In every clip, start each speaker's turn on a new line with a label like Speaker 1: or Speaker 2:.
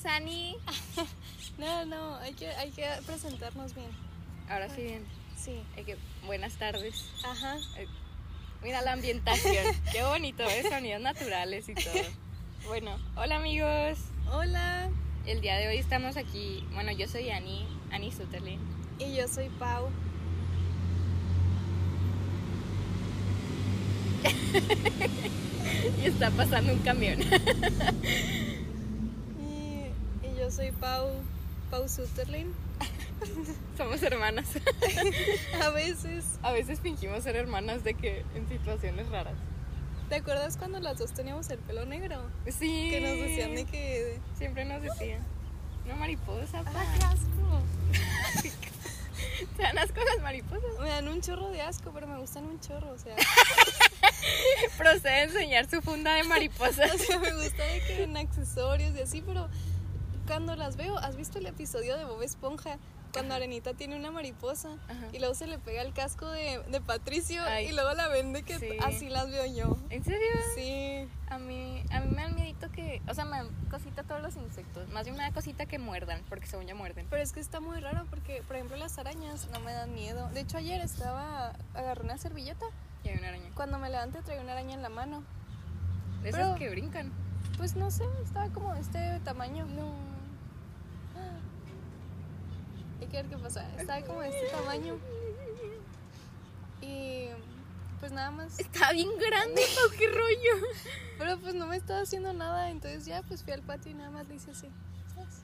Speaker 1: Sani.
Speaker 2: No, no, hay que, hay que presentarnos bien.
Speaker 1: Ahora sí bien.
Speaker 2: Sí.
Speaker 1: Hay que- buenas tardes.
Speaker 2: Ajá.
Speaker 1: Mira la ambientación. Qué bonito, ¿eh? Sonidos naturales y todo. Bueno, hola amigos.
Speaker 2: Hola.
Speaker 1: El día de hoy estamos aquí. Bueno, yo soy Ani, Ani Sutherland.
Speaker 2: Y yo soy Pau.
Speaker 1: Y está pasando un camión.
Speaker 2: Y, y yo soy Pau. Pau Sutherland.
Speaker 1: Somos hermanas.
Speaker 2: A veces.
Speaker 1: A veces fingimos ser hermanas de que en situaciones raras.
Speaker 2: ¿Te acuerdas cuando las dos teníamos el pelo negro?
Speaker 1: Sí.
Speaker 2: Que nos decían de que.
Speaker 1: Siempre nos decían. No mariposa, pa.
Speaker 2: ¡Ah, qué asco!
Speaker 1: Te dan asco las mariposas.
Speaker 2: Me dan un chorro de asco, pero me gustan un chorro. O sea,
Speaker 1: Procede a enseñar su funda de mariposas.
Speaker 2: o sea, me gusta de que en accesorios y así, pero cuando las veo, ¿has visto el episodio de Bob Esponja? Cuando Arenita tiene una mariposa.
Speaker 1: Ajá.
Speaker 2: Y luego se le pega el casco de, de Patricio
Speaker 1: Ay.
Speaker 2: y luego la vende que
Speaker 1: Sí.
Speaker 2: así las veo yo.
Speaker 1: ¿En serio?
Speaker 2: Sí.
Speaker 1: A mí, a mí me dan miedito que, o sea, me dan cosita todos los insectos. Más bien me da cosita que muerdan, porque según ya muerden.
Speaker 2: Pero es que está muy raro porque, por ejemplo, las arañas no me dan miedo. De hecho, ayer estaba, agarré una servilleta.
Speaker 1: Y hay una araña.
Speaker 2: Cuando me levanté traía una araña en la mano.
Speaker 1: De esas
Speaker 2: Pero-
Speaker 1: que brincan.
Speaker 2: Pues no sé, estaba como de este tamaño. No. Hay que ver qué pasa. Estaba como de este tamaño. Y pues nada más.
Speaker 1: Está bien grande,
Speaker 2: Oh,
Speaker 1: Pau, qué rollo.
Speaker 2: Pero pues no me estaba haciendo nada. Entonces ya pues fui al patio y nada más le hice así. ¿sabes?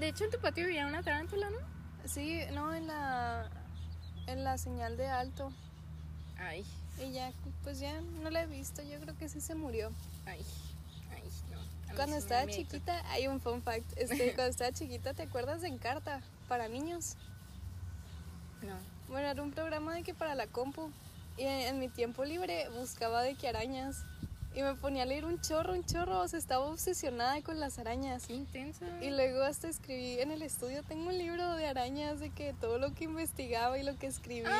Speaker 1: De hecho, en tu patio vivía una tarántula, ¿no?
Speaker 2: Sí, no, en la, en la señal de alto.
Speaker 1: Ay,
Speaker 2: Y ya, pues ya no la he visto. Yo creo que sí se murió.
Speaker 1: ay, ay, no. A mí
Speaker 2: Cuando
Speaker 1: sí me da
Speaker 2: estaba
Speaker 1: miedito.
Speaker 2: chiquita, hay un fun fact. Este, cuando estaba chiquita, ¿te acuerdas de Encarta? Para niños.
Speaker 1: No.
Speaker 2: Bueno, era un programa de que para la compu. Y en, en mi tiempo libre buscaba de que arañas. Y me ponía a leer un chorro, un chorro. O sea, estaba obsesionada con las arañas.
Speaker 1: Qué intenso. Ah,
Speaker 2: Y luego hasta escribí en el estudio, tengo un libro de arañas, de que todo lo que investigaba y lo que escribía y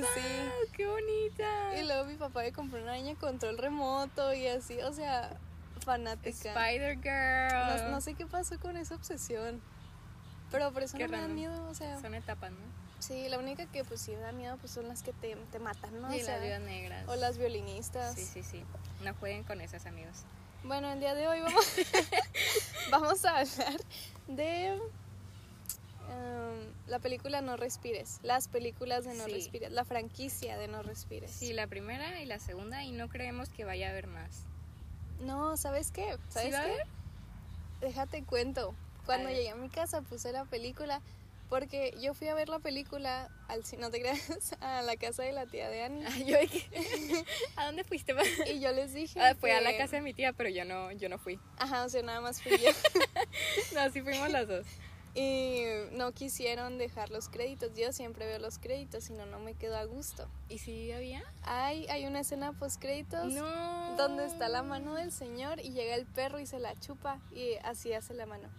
Speaker 1: Ay,
Speaker 2: así.
Speaker 1: Pau, ¡Qué bonita!
Speaker 2: Y luego mi papá me compró una araña control remoto y así, o sea, fanática.
Speaker 1: Spider Girl.
Speaker 2: No, no sé qué pasó con esa obsesión. Pero por eso
Speaker 1: Qué
Speaker 2: no me da
Speaker 1: random.
Speaker 2: miedo, o sea.
Speaker 1: Son etapas, ¿no?
Speaker 2: Sí, la única que pues sí me da miedo pues son las que te, te matan, ¿no?
Speaker 1: y
Speaker 2: o,
Speaker 1: las
Speaker 2: sea,
Speaker 1: viudas negras.
Speaker 2: o las violinistas.
Speaker 1: Sí, sí, sí. No jueguen con esas, amigos.
Speaker 2: Bueno, el día de hoy vamos, vamos a hablar de em, la película No Respires, las películas de No
Speaker 1: Sí.
Speaker 2: Respires, la franquicia de No Respires.
Speaker 1: Sí, la primera y la segunda, y no creemos que vaya a haber más.
Speaker 2: No, ¿sabes qué? ¿Sabes
Speaker 1: va a
Speaker 2: qué?
Speaker 1: haber?
Speaker 2: Déjate cuento. Cuando
Speaker 1: ver.
Speaker 2: llegué a mi casa puse la película porque yo fui a ver la película al cine, no te creas, a la casa de la tía de Annie.
Speaker 1: Ay, yo de que- ¿A dónde fuiste? pa?
Speaker 2: Y yo les dije.
Speaker 1: Ah, fue a
Speaker 2: que-
Speaker 1: la casa de mi tía, pero yo no, yo no fui.
Speaker 2: Ajá, o sea, nada más fui yo.
Speaker 1: No, sí fuimos las dos.
Speaker 2: Y no quisieron dejar los créditos. Yo siempre veo los créditos, si no, no me quedo a gusto.
Speaker 1: ¿Y si había?
Speaker 2: Hay, hay una escena post créditos
Speaker 1: No.
Speaker 2: donde está la mano del señor y llega el perro y se la chupa y así hace la mano.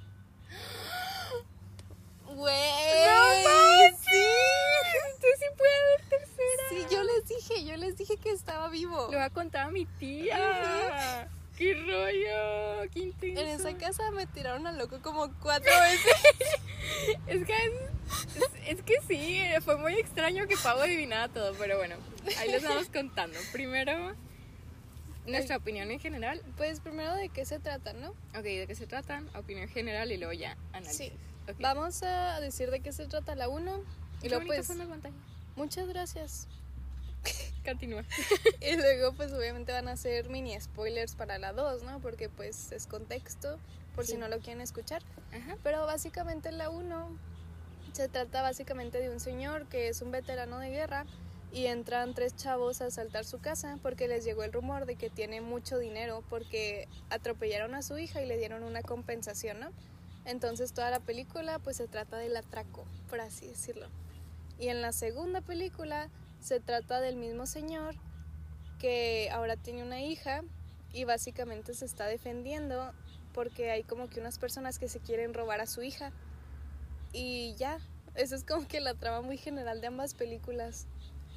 Speaker 2: ¡Güey!
Speaker 1: ¡Eh! sí! Entonces sí puede haber tercera.
Speaker 2: Sí, yo les dije, yo les dije que estaba vivo.
Speaker 1: Lo va a contar a mi tía. ¡Qué rollo! ¡Qué intenso!
Speaker 2: En esa casa me tiraron al loco como cuatro veces.
Speaker 1: Es que, es, es que sí, fue muy extraño que Pau adivinara todo, pero bueno, ahí les vamos contando. Primero, nuestra opinión en general.
Speaker 2: Pues primero de qué se trata, ¿no?
Speaker 1: Ok, ¿de qué se tratan? Opinión general y luego ya análisis.
Speaker 2: Sí.
Speaker 1: Ok.
Speaker 2: Vamos a decir de qué se trata la 1
Speaker 1: Qué
Speaker 2: y luego
Speaker 1: bonito
Speaker 2: pues
Speaker 1: fue una pantalla.
Speaker 2: muchas gracias.
Speaker 1: Continúa.
Speaker 2: Y luego pues obviamente van a ser mini spoilers para la 2, ¿no? Porque pues es contexto por
Speaker 1: Sí.
Speaker 2: si no lo quieren escuchar.
Speaker 1: Ajá.
Speaker 2: Pero básicamente la 1 se trata básicamente de un señor que es un veterano de guerra y entran tres chavos a asaltar su casa porque les llegó el rumor de que tiene mucho dinero porque atropellaron a su hija y le dieron una compensación, ¿no? Entonces toda la película pues se trata del atraco, por así decirlo. Y en la segunda película se trata del mismo señor que ahora tiene una hija y básicamente se está defendiendo porque hay como que unas personas que se quieren robar a su hija. Y ya, esa es como que la trama muy general de ambas películas.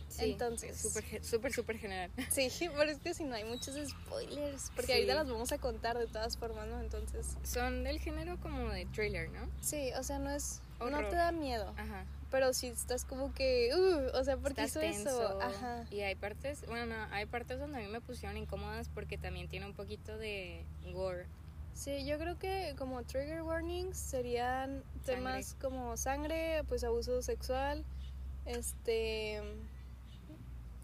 Speaker 1: Sí,
Speaker 2: Entonces.
Speaker 1: Súper, ge- súper, súper general.
Speaker 2: Sí, pero es que si no hay muchos spoilers, porque
Speaker 1: Sí.
Speaker 2: ahorita las vamos a contar de todas formas, ¿no? Entonces,
Speaker 1: Son del género como de thriller, ¿no?
Speaker 2: sí, o sea, no es, no
Speaker 1: Horror.
Speaker 2: te da miedo,
Speaker 1: Ajá.
Speaker 2: pero sí estás como que, uh, o sea, ¿por qué
Speaker 1: Estás
Speaker 2: hizo
Speaker 1: tenso.
Speaker 2: eso? Ajá.
Speaker 1: Y hay partes, bueno, no, hay partes donde a mí me pusieron incómodas porque también tiene un poquito de gore.
Speaker 2: Sí, yo creo que como trigger warnings serían temas como sangre, pues abuso sexual, este,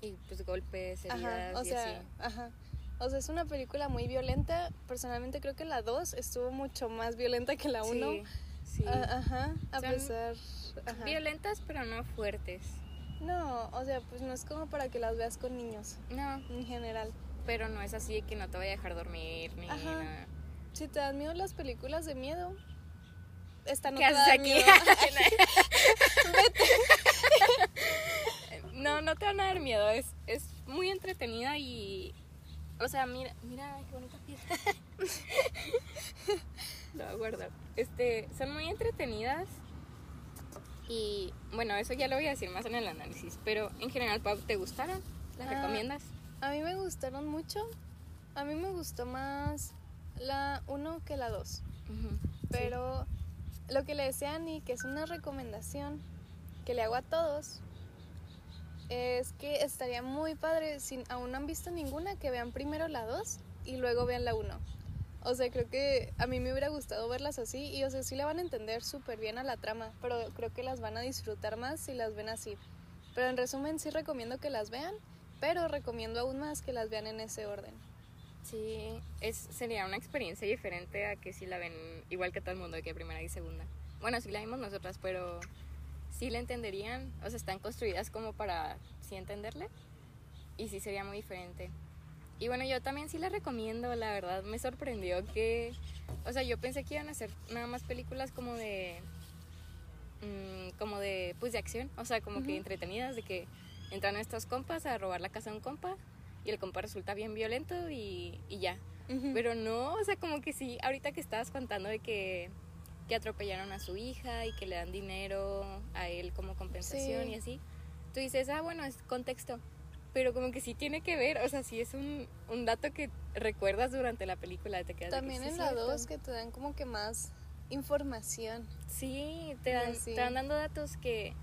Speaker 1: Y pues golpes, heridas
Speaker 2: ajá, o
Speaker 1: y
Speaker 2: sea,
Speaker 1: así.
Speaker 2: ajá. O sea, es una película muy violenta. Personalmente creo que la 2 estuvo mucho más violenta que la 1.
Speaker 1: Sí, sí.
Speaker 2: Ah, Ajá, a
Speaker 1: Son
Speaker 2: pesar. Ajá.
Speaker 1: Violentas pero no fuertes.
Speaker 2: No, o sea, pues no es como para que las veas con niños
Speaker 1: No,
Speaker 2: en general.
Speaker 1: pero no es así de que no te voy a dejar dormir ni
Speaker 2: Ajá.
Speaker 1: nada.
Speaker 2: Si te dan miedo las películas de miedo, esta no
Speaker 1: ¿Qué
Speaker 2: te da
Speaker 1: haces aquí?
Speaker 2: miedo.
Speaker 1: no, no te van a dar miedo. Es, es muy entretenida y. O sea, mira, mira, ay, qué bonita piedra. Lo voy a guardar. Este, son muy entretenidas. Y bueno, eso ya lo voy a decir más en el análisis. Pero en general, Pau, ¿te gustaron? ¿Las
Speaker 2: Ah.
Speaker 1: recomiendas?
Speaker 2: A mí me gustaron mucho. A mí me gustó más la 1 que la 2. Pero lo que le decía a Ani, que es una recomendación que le hago a todos, es que estaría muy padre, si aún no han visto ninguna, que vean primero la 2 y luego vean la 1. O sea, creo que a mí me hubiera gustado verlas así y, o sea, sí le van a entender súper bien a la trama, pero creo que las van a disfrutar más si las ven así. Pero en resumen, sí recomiendo que las vean, pero recomiendo aún más que las vean en ese orden.
Speaker 1: Sí, es, sería una experiencia diferente a que si la ven igual que todo el mundo, de que primera y segunda. Bueno, sí la vimos nosotras, pero sí la entenderían, o sea, están construidas como para sí entenderle y sí sería muy diferente. Y bueno, yo también sí la recomiendo, la verdad, me sorprendió que, o sea, yo pensé que iban a hacer nada más películas como de, mm, como de, pues de acción, o sea, como que
Speaker 2: Ujú.
Speaker 1: entretenidas, de que entran estos compas a robar la casa de un compa y el compa resulta bien violento y, y ya. Pero no, o sea, como que sí, ahorita que estabas contando de que, que atropellaron a su hija y que le dan dinero a él como compensación
Speaker 2: Sí.
Speaker 1: y así, tú dices, ah, bueno, es contexto. Pero como que sí tiene que ver, o sea, sí es un, un dato que recuerdas durante la película. Te quedas de que
Speaker 2: También
Speaker 1: sí,
Speaker 2: en la
Speaker 1: cierto.
Speaker 2: 2 que te dan como que más información.
Speaker 1: Sí, te dan,
Speaker 2: Así.
Speaker 1: te van dando datos que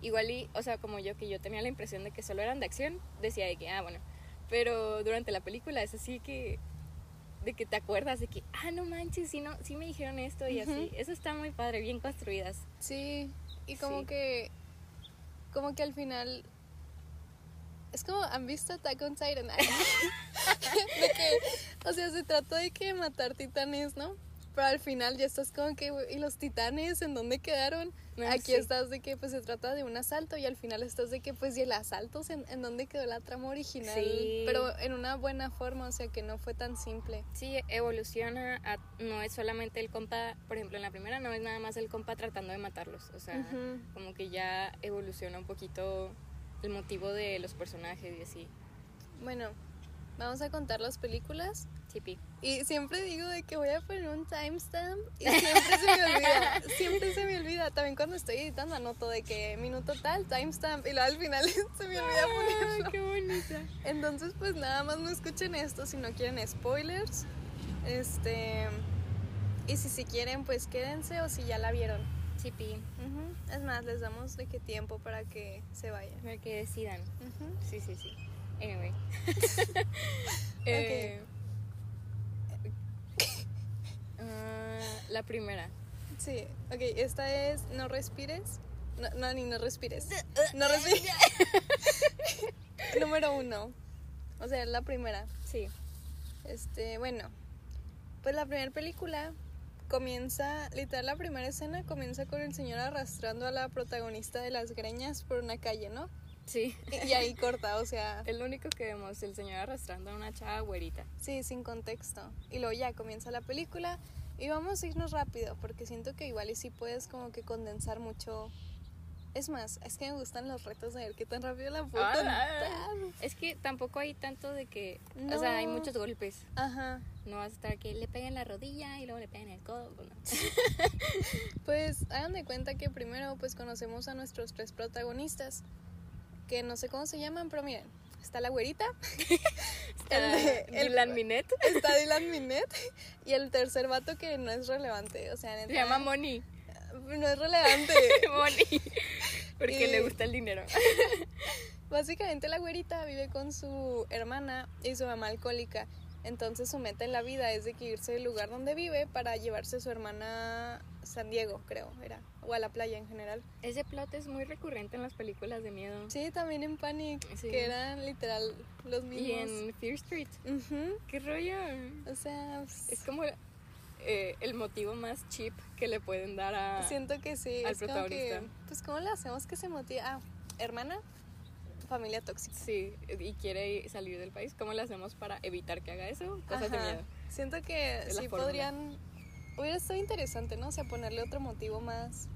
Speaker 1: igual y, o sea, como yo que yo tenía la impresión de que solo eran de acción, decía de que, ah, bueno, pero durante la película es así que, de que te acuerdas de que, ah, no manches, sí, no, sí me dijeron esto y así.
Speaker 2: Ujú.
Speaker 1: Eso está muy padre, bien construidas.
Speaker 2: Sí, y como
Speaker 1: Sí.
Speaker 2: que como que al final es como han visto Attack on Titan. Ay, de que, o sea, se trató de que matar titanes, ¿no? Pero al final ya estás como que "Güey, y los titanes en dónde quedaron?
Speaker 1: No,
Speaker 2: Aquí
Speaker 1: Ah, sí.
Speaker 2: estás de que pues se trata de un asalto y al final estás de que pues y el asalto es en, en dónde quedó la trama original,
Speaker 1: Sí.
Speaker 2: pero en una buena forma, o sea, que no fue tan simple.
Speaker 1: Sí, evoluciona, a- no es solamente el compa, por ejemplo, en la primera no es nada más el compa tratando de matarlos, o sea,
Speaker 2: Ujú.
Speaker 1: como que ya evoluciona un poquito el motivo de los personajes y así.
Speaker 2: Bueno, vamos a contar las películas.
Speaker 1: Chipi.
Speaker 2: Y siempre digo de que voy a poner un timestamp y siempre se me olvida. Siempre se me olvida. También cuando estoy editando anoto de que minuto tal, timestamp. Y luego al final se me olvida ponerlo.
Speaker 1: qué bonita.
Speaker 2: Entonces, pues nada más no escuchen esto si no quieren spoilers. Este. Y si si quieren, pues quédense o si ya la vieron.
Speaker 1: Chipi,
Speaker 2: Ujú. Es más, les damos de qué tiempo para que se vayan.
Speaker 1: para que decidan.
Speaker 2: Ujú.
Speaker 1: Sí, sí, sí. Anyway. Eh, ah, la primera.
Speaker 2: Sí, ok, esta es No respires. No, no, ni no respires. No respires. Número uno. O sea, es la primera.
Speaker 1: Sí.
Speaker 2: Este, bueno. Pues la primera película comienza, literal, la primera escena comienza con el señor arrastrando a la protagonista de las greñas por una calle, ¿no?
Speaker 1: Sí.
Speaker 2: Y, y ahí corta, o sea,
Speaker 1: El único que vemos, el señor arrastrando a una chava güerita.
Speaker 2: sí, sin contexto. Y luego ya comienza la película y vamos a irnos rápido porque siento que igual y sí puedes como que condensar mucho. Es más, es que me gustan los retos de ver qué tan rápido la puedo
Speaker 1: Ah.
Speaker 2: contar.
Speaker 1: Es que tampoco hay tanto de que. O
Speaker 2: No.
Speaker 1: sea, hay muchos golpes.
Speaker 2: Ajá.
Speaker 1: No vas a estar que le peguen la rodilla y luego le peguen el codo. pues no.
Speaker 2: Pues hagan de cuenta que primero pues conocemos a nuestros tres protagonistas que no sé cómo se llaman, pero miren, está la güerita,
Speaker 1: Está
Speaker 2: El de- el-
Speaker 1: Dylan Minet.
Speaker 2: está Dylan Minet y el tercer vato que no es relevante, o sea, neta,
Speaker 1: Se llama Moni.
Speaker 2: no es relevante.
Speaker 1: Moni. Porque
Speaker 2: Y-
Speaker 1: le gusta el dinero.
Speaker 2: Básicamente la güerita vive con su hermana y su mamá alcohólica. Entonces su meta en la vida es de que irse del lugar donde vive para llevarse a su hermana a San Diego, creo, era. O a la playa en general.
Speaker 1: Ese plot es muy recurrente en las películas de miedo.
Speaker 2: Sí, también en Panic,
Speaker 1: Sí.
Speaker 2: que eran literal los mismos.
Speaker 1: Y en Fear Street.
Speaker 2: Ujú.
Speaker 1: ¿Qué rollo?
Speaker 2: O sea, pues,
Speaker 1: Es como eh, el motivo más cheap que le pueden dar a...
Speaker 2: pues, siento que sí.
Speaker 1: al
Speaker 2: es como que,
Speaker 1: protagonista.
Speaker 2: pues, ¿cómo le hacemos que se motive? Ah, hermana, familia tóxica.
Speaker 1: Sí, y quiere salir del país. ¿Cómo le hacemos para evitar que haga eso? Cosas de
Speaker 2: Ajá.
Speaker 1: miedo.
Speaker 2: Siento que
Speaker 1: Es la
Speaker 2: sí
Speaker 1: fórmula.
Speaker 2: podrían. Hubiera estado interesante, ¿no? O sea, ponerle otro motivo más.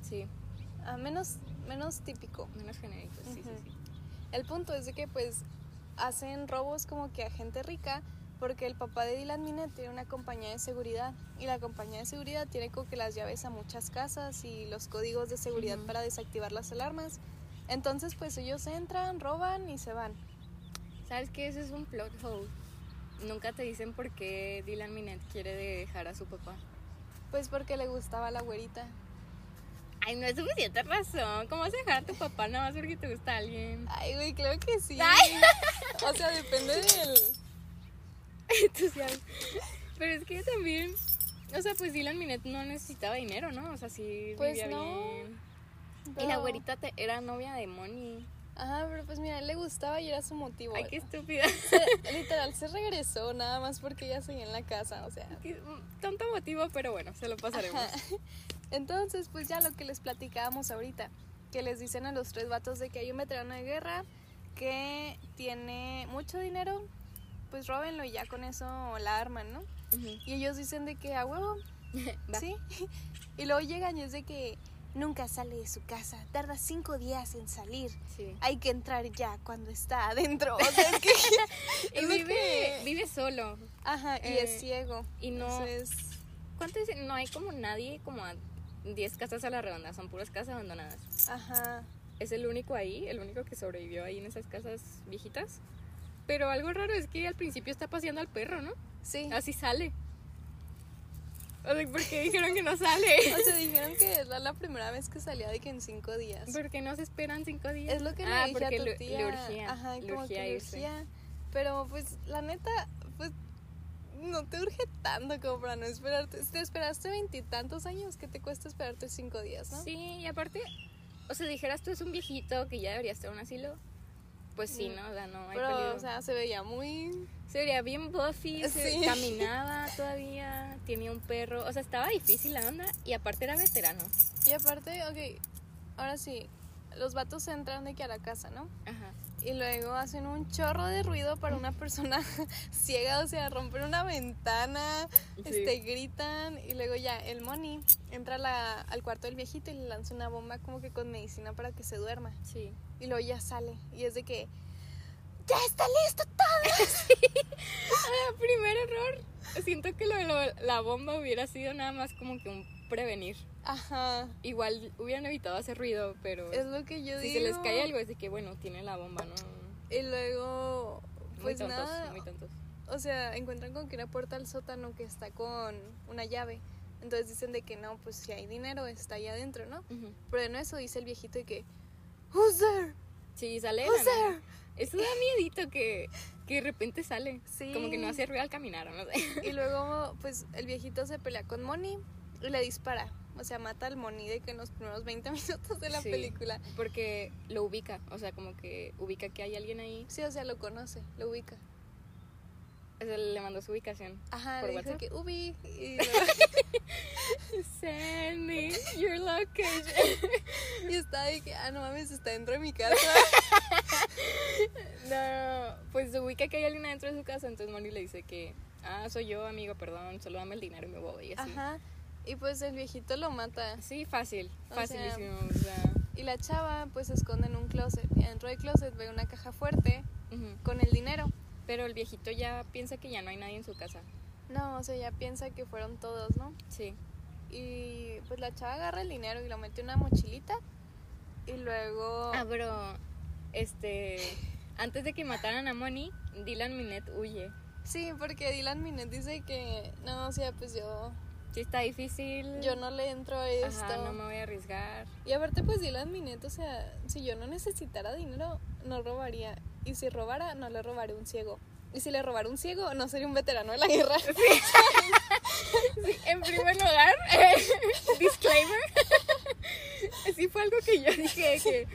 Speaker 1: Sí,
Speaker 2: ah, menos, menos típico.
Speaker 1: menos genéricos. Sí, sí,
Speaker 2: Ujú.
Speaker 1: sí.
Speaker 2: El punto es de que, pues, hacen robos como que a gente rica. Porque el papá de Dylan Minet tiene una compañía de seguridad. Y la compañía de seguridad tiene como que las llaves a muchas casas y los códigos de seguridad
Speaker 1: Ujú.
Speaker 2: para desactivar las alarmas. Entonces, pues, ellos entran, roban y se van.
Speaker 1: ¿Sabes qué? Ese es un plot hole. Nunca te dicen por qué Dylan Minet quiere dejar a su papá.
Speaker 2: Pues porque le gustaba la güerita.
Speaker 1: Ay, no es suficiente razón. ¿Cómo vas a dejar a tu papá nada más porque te gusta alguien?
Speaker 2: Ay, güey, claro que sí.
Speaker 1: Ay.
Speaker 2: O sea, depende del.
Speaker 1: Entusiasmo. Pero es que también. O sea, pues Dylan Minet no necesitaba dinero, ¿no? O sea, sí
Speaker 2: Pues
Speaker 1: vivía
Speaker 2: no,
Speaker 1: bien. Y la
Speaker 2: pero-
Speaker 1: güerita te- era novia de Moni.
Speaker 2: Ajá, pero pues mira, le gustaba y era su motivo.
Speaker 1: Ay, qué estúpida.
Speaker 2: Se- literal, se regresó nada más porque ella seguía en la casa, o sea.
Speaker 1: Qué- Tonto motivo, pero bueno, se lo pasaremos.
Speaker 2: ajá. Entonces, pues ya lo que les platicábamos ahorita, que les dicen a los tres vatos de que hay un veterano de guerra que tiene mucho dinero, pues róbenlo y ya con eso la arman, ¿no?
Speaker 1: Ujú.
Speaker 2: Y ellos dicen de que a huevo,
Speaker 1: Va.
Speaker 2: ¿Sí? Y luego llegan y es de que nunca sale de su casa, tarda cinco días en salir.
Speaker 1: Sí.
Speaker 2: Hay que entrar ya cuando está adentro. O sea, es que...
Speaker 1: Y
Speaker 2: es de
Speaker 1: vive,
Speaker 2: que-
Speaker 1: vive solo.
Speaker 2: Ajá, y
Speaker 1: eh,
Speaker 2: es ciego.
Speaker 1: Y no.
Speaker 2: Entonces,
Speaker 1: ¿Cuánto dicen? No hay como nadie, como a 10 casas a la redonda. Son puras casas abandonadas.
Speaker 2: ajá.
Speaker 1: es el único ahí, el único que sobrevivió ahí en esas casas viejitas. Pero algo raro es que al principio está paseando al perro, ¿no?
Speaker 2: Sí.
Speaker 1: Así sale. O sea, ¿por qué dijeron que no sale?
Speaker 2: O sea, dijeron que era la primera vez que salía de que en cinco días.
Speaker 1: Porque no se esperan cinco días.
Speaker 2: Es lo que
Speaker 1: ah,
Speaker 2: le dije
Speaker 1: porque
Speaker 2: a tu
Speaker 1: le-
Speaker 2: tía.
Speaker 1: le urgía.
Speaker 2: Ajá,
Speaker 1: le
Speaker 2: como
Speaker 1: urgía
Speaker 2: que le
Speaker 1: irse.
Speaker 2: urgía. Pero pues la neta, pues no te urge tanto como para no esperarte. Te esperaste veintitantos años, que te cuesta esperarte cinco días, no?
Speaker 1: Sí, y aparte, o sea, dijeras tú es un viejito que ya debería estar en un asilo. Pues sí,
Speaker 2: Mm.
Speaker 1: ¿no? O sea, no hay
Speaker 2: Pero,
Speaker 1: peligro.
Speaker 2: o sea, se veía muy...
Speaker 1: Se veía bien Buffy, se-
Speaker 2: Sí.
Speaker 1: caminaba todavía, tenía un perro. O sea, estaba difícil la onda y aparte era veterano.
Speaker 2: Y aparte, ok, ahora sí, los vatos entran de que a la casa, ¿no?
Speaker 1: Ajá.
Speaker 2: Y luego hacen un chorro de ruido para una persona ciega, o sea, rompen una ventana,
Speaker 1: Sí.
Speaker 2: este, gritan. Y luego ya el money entra a la- al cuarto del viejito y le lanza una bomba como que con medicina para que se duerma.
Speaker 1: Sí.
Speaker 2: Y luego ya sale. Y es de que,
Speaker 1: Ah, Primer error. Siento que lo de lo- la bomba hubiera sido nada más como que un prevenir.
Speaker 2: ajá,
Speaker 1: Igual hubieran evitado hacer ruido, pero
Speaker 2: es lo que yo
Speaker 1: si
Speaker 2: digo.
Speaker 1: se les cae algo es de que, bueno, tiene la bomba, ¿no?
Speaker 2: Y luego,
Speaker 1: Muy
Speaker 2: pues
Speaker 1: tontos,
Speaker 2: nada,
Speaker 1: muy tontos.
Speaker 2: O sea, encuentran con que una puerta al sótano que está con una llave. Entonces dicen de que no, pues si hay dinero está ahí adentro, ¿no?
Speaker 1: Ujú.
Speaker 2: Pero no eso dice el viejito de que, Who's there?
Speaker 1: Sí, sale. de la
Speaker 2: Who's
Speaker 1: nada.
Speaker 2: there?
Speaker 1: Eso da miedito que, que de repente sale.
Speaker 2: Sí.
Speaker 1: Como que no hace ruido al caminar, o no sé.
Speaker 2: Y luego, pues el viejito se pelea con Moni y le dispara. O sea, mata al Moni de que en los primeros 20 minutos de la
Speaker 1: Sí.
Speaker 2: película.
Speaker 1: Porque lo ubica, o sea, como que ubica que hay alguien ahí.
Speaker 2: Sí, o sea, lo conoce, lo ubica.
Speaker 1: O sea, le mandó su ubicación.
Speaker 2: Ajá,
Speaker 1: ¿Por
Speaker 2: le dice
Speaker 1: WhatsApp?
Speaker 2: que Ubi. Y,
Speaker 1: Send me your location.
Speaker 2: y está de que, ah, no mames, está dentro de mi casa.
Speaker 1: No, pues se ubica que hay alguien adentro de su casa, entonces Moni le dice que, ah, soy yo, amigo, perdón, solo dame el dinero y me voy, y así.
Speaker 2: Ajá. Y pues el viejito lo mata.
Speaker 1: Sí, fácil,
Speaker 2: O
Speaker 1: facilísimo, o sea,
Speaker 2: Y la chava pues se esconde en un closet. Y dentro del closet ve una caja fuerte
Speaker 1: ujú.
Speaker 2: con el dinero.
Speaker 1: Pero el viejito ya piensa que ya no hay nadie en su casa.
Speaker 2: No, o sea, ya piensa que fueron todos, ¿no?
Speaker 1: Sí,
Speaker 2: Y pues la chava agarra el dinero y lo mete en una mochilita. Y luego...
Speaker 1: ah, pero este, antes de que mataran a Moni, Dylan Minet huye.
Speaker 2: Sí, porque Dylan Minet dice que, no, o sea, pues yo,
Speaker 1: Sí está difícil.
Speaker 2: yo no le entro a esto.
Speaker 1: Mm. Ajá, no me voy a arriesgar.
Speaker 2: Y aparte, pues Dylan Minet, o sea, si yo no necesitara dinero, no robaría. Y si robara, no le robaré un ciego. Y si le robara un ciego, no sería un veterano de la guerra.
Speaker 1: Sí, en primer lugar, disclaimer. Sí fue algo que yo dije de que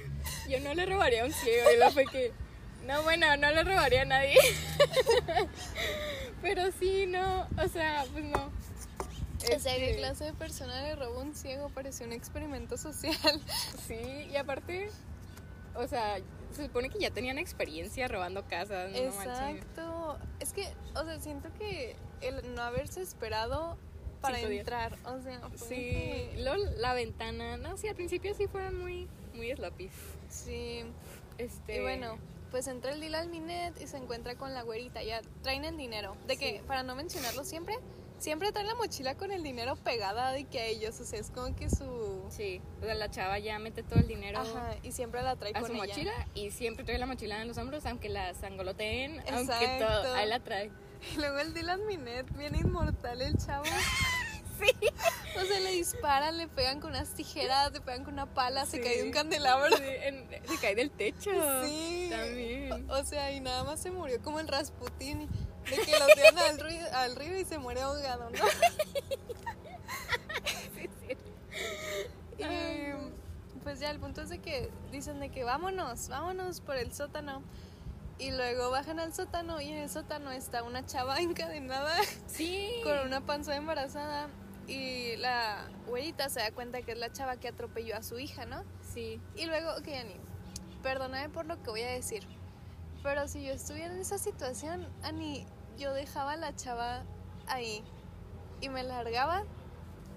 Speaker 1: yo no le robaría a un ciego y lo fue que no bueno, no le robaría a nadie. Pero sí, no, o sea, pues no.
Speaker 2: O sea, ¿qué
Speaker 1: Este,
Speaker 2: clase de persona le robó un ciego? Pareció un experimento social.
Speaker 1: Sí, y aparte, o sea, se supone que ya tenían experiencia robando casas, no manches.
Speaker 2: Exacto. Es que, o sea, siento que el no haberse esperado para
Speaker 1: Cinco días.
Speaker 2: entrar, o sea, fue
Speaker 1: Sí,
Speaker 2: que-
Speaker 1: luego la ventana, no, sí, al principio sí fueron muy muy sloppy.
Speaker 2: sí.
Speaker 1: Este,
Speaker 2: Y bueno, pues entra el deal al Minet y se encuentra con la güerita. Ya traen el dinero. De que,
Speaker 1: Sí.
Speaker 2: para no mencionarlo siempre, siempre traen la mochila con el dinero pegada de que a ellos, o sea, es como que su.
Speaker 1: sí, o sea, la chava ya mete todo el dinero
Speaker 2: Ajá, y siempre la trae
Speaker 1: a
Speaker 2: con
Speaker 1: su
Speaker 2: ella.
Speaker 1: mochila y siempre trae la mochila en los hombros, aunque la sangoloteen, aunque
Speaker 2: Exacto.
Speaker 1: todo, ahí la trae.
Speaker 2: Y luego el Dylan Minet, viene inmortal el chavo. sí. O sea, le disparan, le pegan con unas tijeras, le pegan con una pala, se
Speaker 1: Sí.
Speaker 2: cae de un candelabro.
Speaker 1: Sí, en- se cae del techo.
Speaker 2: Sí.
Speaker 1: También.
Speaker 2: O, o sea, y nada más se murió como el Rasputin, de que lo tiran al río, al río y se muere ahogado, ¿no?
Speaker 1: Ay, no.
Speaker 2: Y pues ya, el punto es de que dicen de que vámonos, vámonos por el sótano. Y luego bajan al sótano y en el sótano está una chava encadenada
Speaker 1: Sí.
Speaker 2: con una panza embarazada y la güerita se da cuenta que es la chava que atropelló a su hija, ¿no?
Speaker 1: Sí.
Speaker 2: Y luego, ok, Ani, perdóname por lo que voy a decir, pero si yo estuviera en esa situación, Ani, yo dejaba a la chava ahí y me largaba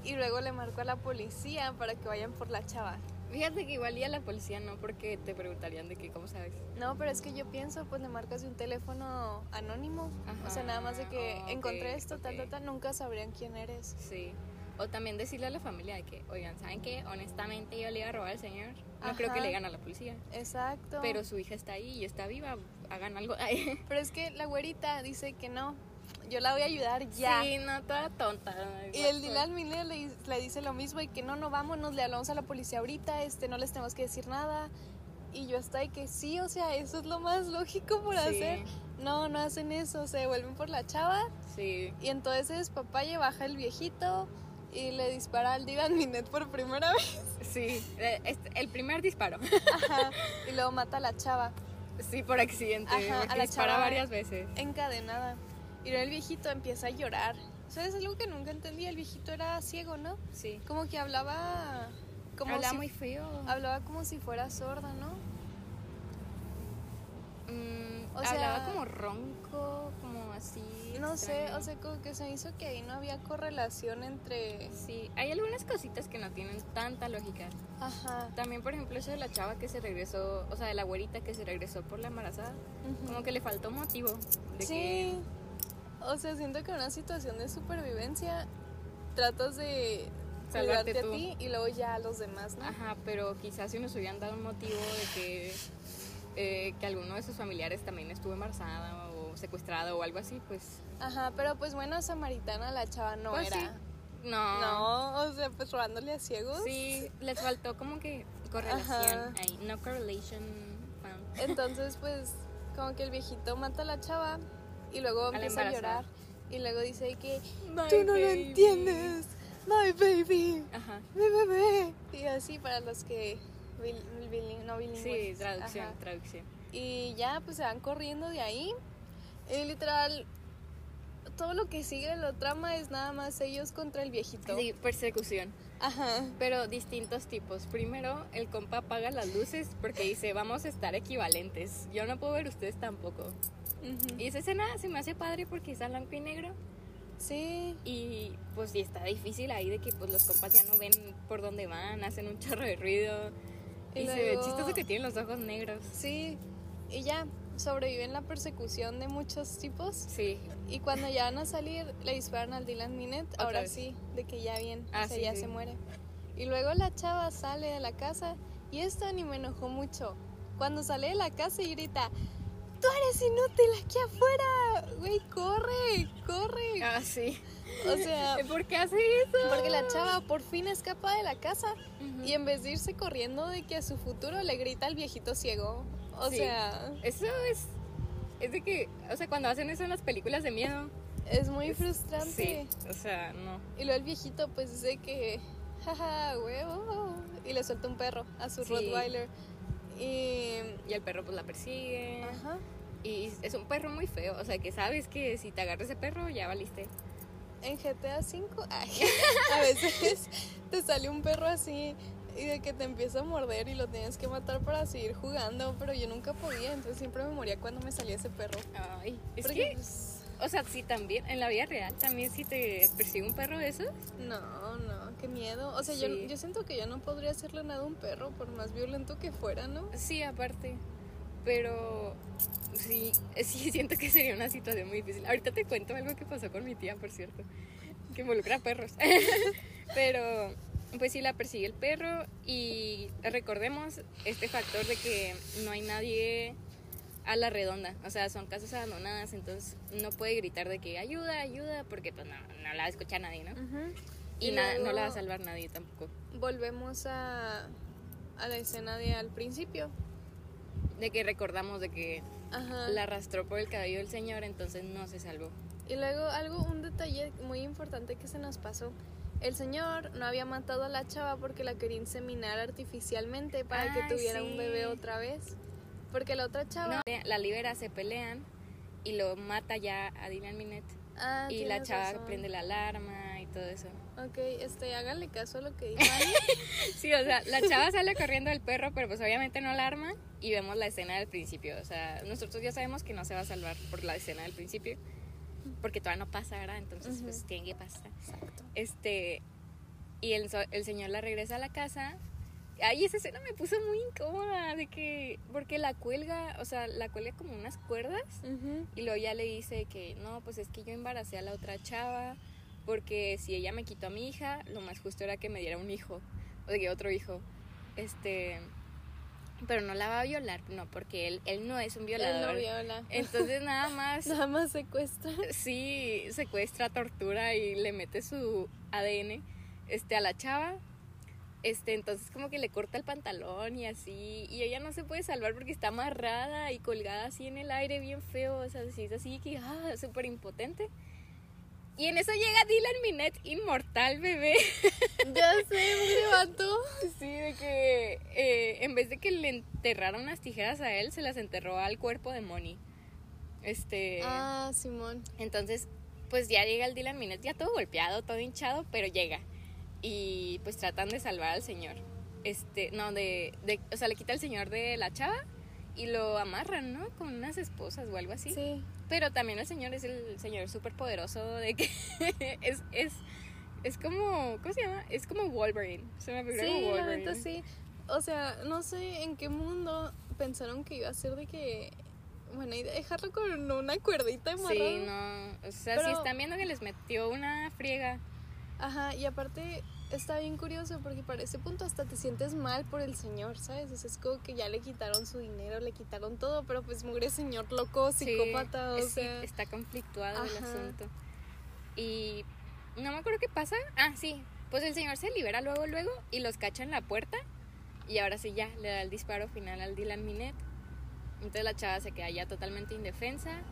Speaker 2: y luego le marco a la policía para que vayan por la chava.
Speaker 1: Fíjate que igual y a la policía no, porque te preguntarían de qué, ¿cómo sabes?
Speaker 2: No, pero es que yo pienso, pues le marcas de un teléfono anónimo. O sea, nada más de que
Speaker 1: Ajá, Ah, ok,
Speaker 2: encontré esto, tal,
Speaker 1: ok.
Speaker 2: tal, tal, nunca sabrían quién eres.
Speaker 1: Sí. O también decirle a la familia de que, oigan, ¿saben qué? Honestamente yo le iba a robar al señor. No creo que
Speaker 2: Ajá.
Speaker 1: le digan a la policía.
Speaker 2: Exacto.
Speaker 1: Pero su hija está ahí y está viva. Hagan algo.
Speaker 2: Pero es que la güerita dice que no, yo la voy a ayudar ya.
Speaker 1: Sí, no, toda tonta.
Speaker 2: Y el Dylan Miller le, dis- le dice lo mismo y que no, no vámonos, le hablamos a la policía ahorita, este, no les tenemos que decir nada. Y yo hasta de que sí, o sea, eso es lo más lógico por
Speaker 1: Sí.
Speaker 2: hacer. No, no hacen eso, se vuelven por la chava
Speaker 1: Sí.
Speaker 2: y entonces papá baja el viejito y le dispara al Dylan Minet por primera vez
Speaker 1: Sí, eh, este, el primer disparo.
Speaker 2: Ajá, y luego mata a la chava
Speaker 1: Sí, por accidente.
Speaker 2: Ajá,
Speaker 1: porque
Speaker 2: a la
Speaker 1: dispara
Speaker 2: chava.
Speaker 1: varias veces.
Speaker 2: encadenada. Y luego el viejito empieza a llorar. Eso es algo que nunca entendí, el viejito era ciego, ¿no?
Speaker 1: Sí.
Speaker 2: Como que hablaba... Como
Speaker 1: Hablaba
Speaker 2: si- Ah,
Speaker 1: muy feo.
Speaker 2: Hablaba como si fuera sorda, ¿no?
Speaker 1: Mm,
Speaker 2: o sea-
Speaker 1: hablaba como ronco, como así.
Speaker 2: No sé,
Speaker 1: extraño.
Speaker 2: o sea, como que se me hizo que ahí no había correlación entre...
Speaker 1: Sí, hay algunas cositas que no tienen tanta lógica.
Speaker 2: Ajá.
Speaker 1: También, por ejemplo, eso de la chava que se regresó, o sea, de la güerita que se regresó por la embarazada.
Speaker 2: ujú.
Speaker 1: Como que le faltó motivo. De
Speaker 2: Sí. O sea, siento que en una situación de supervivencia tratas de
Speaker 1: Salvarte
Speaker 2: salvarte a
Speaker 1: tú. Ah.
Speaker 2: ti y luego ya a los demás,
Speaker 1: que-
Speaker 2: ¿no?
Speaker 1: Ajá, pero quizás si nos hubieran dado un motivo de que, eh, que alguno de sus familiares también estuvo embarazada o secuestrada o algo así, pues
Speaker 2: Ajá, pero pues bueno, samaritana la chava no
Speaker 1: Pues
Speaker 2: era.
Speaker 1: sí. no.
Speaker 2: No, o sea, pues robándole a ciegos.
Speaker 1: Sí, les faltó como que correlación
Speaker 2: Ajá.
Speaker 1: ahí. No correlation found.
Speaker 2: Entonces, pues, como que el viejito mata a la chava y luego
Speaker 1: A la
Speaker 2: empieza a
Speaker 1: embarazada.
Speaker 2: llorar. Y luego dice que
Speaker 1: My
Speaker 2: tú no lo
Speaker 1: baby.
Speaker 2: entiendes, my baby,
Speaker 1: Ajá.
Speaker 2: mi bebé. Y así para los que bil- bilin- no
Speaker 1: Sí,
Speaker 2: bilingües.
Speaker 1: traducción,
Speaker 2: Ajá.
Speaker 1: traducción.
Speaker 2: Y ya pues se van corriendo de ahí. Y literal, todo lo que sigue la trama es nada más ellos contra el viejito.
Speaker 1: Sí, persecución.
Speaker 2: Ajá.
Speaker 1: Pero distintos tipos. Primero, el compa apaga las luces porque dice, vamos a estar equivalentes. Yo no puedo ver ustedes tampoco.
Speaker 2: Ujú.
Speaker 1: Y esa escena se me hace padre porque está blanco y negro.
Speaker 2: Sí.
Speaker 1: Y pues sí está difícil ahí de que pues los compas ya no ven por dónde van, hacen un chorro de ruido.
Speaker 2: Y
Speaker 1: Y, se ve
Speaker 2: luego-
Speaker 1: chistoso que tienen los ojos negros.
Speaker 2: Sí. Y ya sobreviven la persecución de muchos tipos.
Speaker 1: Sí,
Speaker 2: Y cuando ya van a salir, le disparan al Dylan Minet.
Speaker 1: Otra
Speaker 2: Ahora
Speaker 1: vez.
Speaker 2: sí, de que ya bien,
Speaker 1: Ah,
Speaker 2: o sea,
Speaker 1: sí,
Speaker 2: ya
Speaker 1: sí.
Speaker 2: se muere. Y luego la chava sale de la casa. Y esto ni me enojó mucho. Cuando sale de la casa y grita, tú eres inútil aquí afuera, güey, corre, corre.
Speaker 1: Ah, sí.
Speaker 2: O sea,
Speaker 1: ¿Por qué hace eso?
Speaker 2: Ah. porque la chava por fin escapa de la casa
Speaker 1: Ujú.
Speaker 2: y en vez de irse corriendo de que a su futuro le grita al viejito ciego. O
Speaker 1: Sí.
Speaker 2: sea,
Speaker 1: Eso es. Es de que. O sea, cuando hacen eso en las películas de miedo.
Speaker 2: es muy
Speaker 1: es-
Speaker 2: frustrante.
Speaker 1: Sí. O sea, no.
Speaker 2: Y luego el viejito pues dice que, jaja, huevo. Y le suelta un perro a su
Speaker 1: Sí.
Speaker 2: Rottweiler. Y...
Speaker 1: Y el perro pues la persigue.
Speaker 2: Ajá.
Speaker 1: Y es un perro muy feo. O sea, que sabes que si te agarras ese perro ya valiste.
Speaker 2: En GTA V, ay, a veces te sale un perro así y de que te empieza a morder y lo tienes que matar para seguir jugando, pero yo nunca podía, entonces siempre me moría cuando me salía ese perro.
Speaker 1: Ay. Es
Speaker 2: Porque,
Speaker 1: que.
Speaker 2: pues,
Speaker 1: O sea, sí, también. En la vida real también si te persigue un perro de esos.
Speaker 2: no, no, qué miedo. O sea, yo,
Speaker 1: Sí.
Speaker 2: yo siento que yo no podría hacerle nada a un perro, por más violento que fuera, ¿no?
Speaker 1: Sí, aparte. Pero sí, sí siento que sería una situación muy difícil. Ahorita te cuento algo que pasó con mi tía, por cierto, que involucra perros. Pero pues sí la persigue el perro y recordemos este factor de que no hay nadie a la redonda, o sea, son casas abandonadas, entonces no puede gritar de que ayuda, ayuda, porque pues no, no la escucha nadie, ¿no? Y,
Speaker 2: Y
Speaker 1: na- no
Speaker 2: luego-
Speaker 1: la va a salvar nadie tampoco.
Speaker 2: Volvemos a, a la escena de al principio.
Speaker 1: De que recordamos de que
Speaker 2: Ajá.
Speaker 1: la arrastró por el cabello el señor, entonces no se salvó.
Speaker 2: Y luego algo, un detalle muy importante que se nos pasó. El señor no había matado a la chava porque la quería inseminar artificialmente para
Speaker 1: Ay,
Speaker 2: que tuviera
Speaker 1: Ah, sí.
Speaker 2: un bebé otra vez. Porque la otra chava...
Speaker 1: No, la libera, se pelean y lo mata ya a Dylan Minette.
Speaker 2: Ah,
Speaker 1: y la
Speaker 2: tienes
Speaker 1: chava
Speaker 2: razón.
Speaker 1: prende la alarma y todo eso.
Speaker 2: Ok, este, háganle caso a lo que dijo Ani.
Speaker 1: Sí, o sea, la chava sale corriendo del perro, pero pues obviamente no alarma y vemos la escena del principio. O sea, nosotros ya sabemos que no se va a salvar por la escena del principio, porque todavía no pasa, ¿verdad? Entonces,
Speaker 2: Ujú.
Speaker 1: pues tiene que pasar.
Speaker 2: Exacto.
Speaker 1: Este, y el, so- el señor la regresa a la casa. Ahí esa escena me puso muy incómoda, de que, porque la cuelga, o sea, la cuelga como unas cuerdas
Speaker 2: Ujú.
Speaker 1: y luego ya le dice que no, pues es que yo embaracé a la otra chava, porque si ella me quitó a mi hija, lo más justo era que me diera un hijo, o sea, que otro hijo. Este, pero no la va a violar, no, porque él, él no es un
Speaker 2: Él no
Speaker 1: violador.
Speaker 2: viola.
Speaker 1: Entonces nada más
Speaker 2: Nada más secuestra.
Speaker 1: sí secuestra, tortura y le mete su ADN este, a la chava. Este, entonces como que le corta el pantalón y así, y ella no se puede salvar porque está amarrada y colgada así en el aire bien feo, o sea, así, es así que, ah, súper impotente. Y en eso llega Dylan Minette, inmortal bebé.
Speaker 2: ya sé, un levantó.
Speaker 1: Sí, de que eh, en vez de que le enterraron las tijeras a él, se las enterró al cuerpo de Moni. Este...
Speaker 2: Ah, Simón.
Speaker 1: Entonces, pues ya llega el Dylan Minet, ya todo golpeado, todo hinchado, pero llega. Y pues tratan de salvar al señor. Este, no, de, de- o sea, le quita el señor de la chava y lo amarran, ¿no? Con unas esposas o algo así.
Speaker 2: Sí.
Speaker 1: Pero también el señor es el señor súper poderoso de que es, es, es como, ¿cómo se llama? Es como Wolverine. Se me figura como
Speaker 2: Sí, la
Speaker 1: Wolverine.
Speaker 2: neta sí. O sea, no sé en qué mundo pensaron que iba a ser de que. Bueno, y dejarlo con una cuerdita
Speaker 1: Sí,
Speaker 2: amarrado.
Speaker 1: no. O sea, si
Speaker 2: Pero-
Speaker 1: están viendo que les metió una friega.
Speaker 2: Ajá, y aparte está bien curioso porque para ese punto hasta te sientes mal por el señor, ¿sabes? O sea, es como que ya le quitaron su dinero, le quitaron todo, pero pues mugre señor loco,
Speaker 1: Sí,
Speaker 2: psicópata, o
Speaker 1: es- sí,
Speaker 2: sea.
Speaker 1: está conflictuado el
Speaker 2: Ajá.
Speaker 1: asunto. Y no me acuerdo qué pasa. Ah, sí. Pues el señor se libera luego, luego y los cacha en la puerta. Y ahora sí ya, le da el disparo final al Dylan Minet. Entonces la chava se queda ya totalmente indefensa.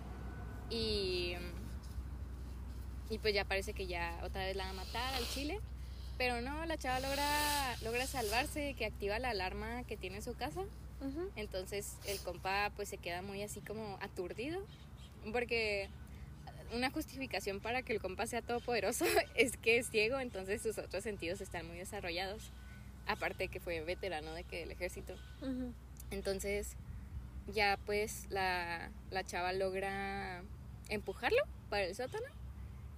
Speaker 1: Y. Y pues ya parece que ya otra vez la va a matar al chile. Pero no, la chava logra, logra salvarse, que activa la alarma que tiene en su casa.
Speaker 2: Ujú.
Speaker 1: Entonces el compa pues se queda muy así como aturdido porque una justificación para que el compa sea todopoderoso es que es ciego, entonces sus otros sentidos están muy desarrollados. Aparte que fue veterano de que del ejército.
Speaker 2: Ujú.
Speaker 1: Entonces ya pues la, la chava logra empujarlo para el sótano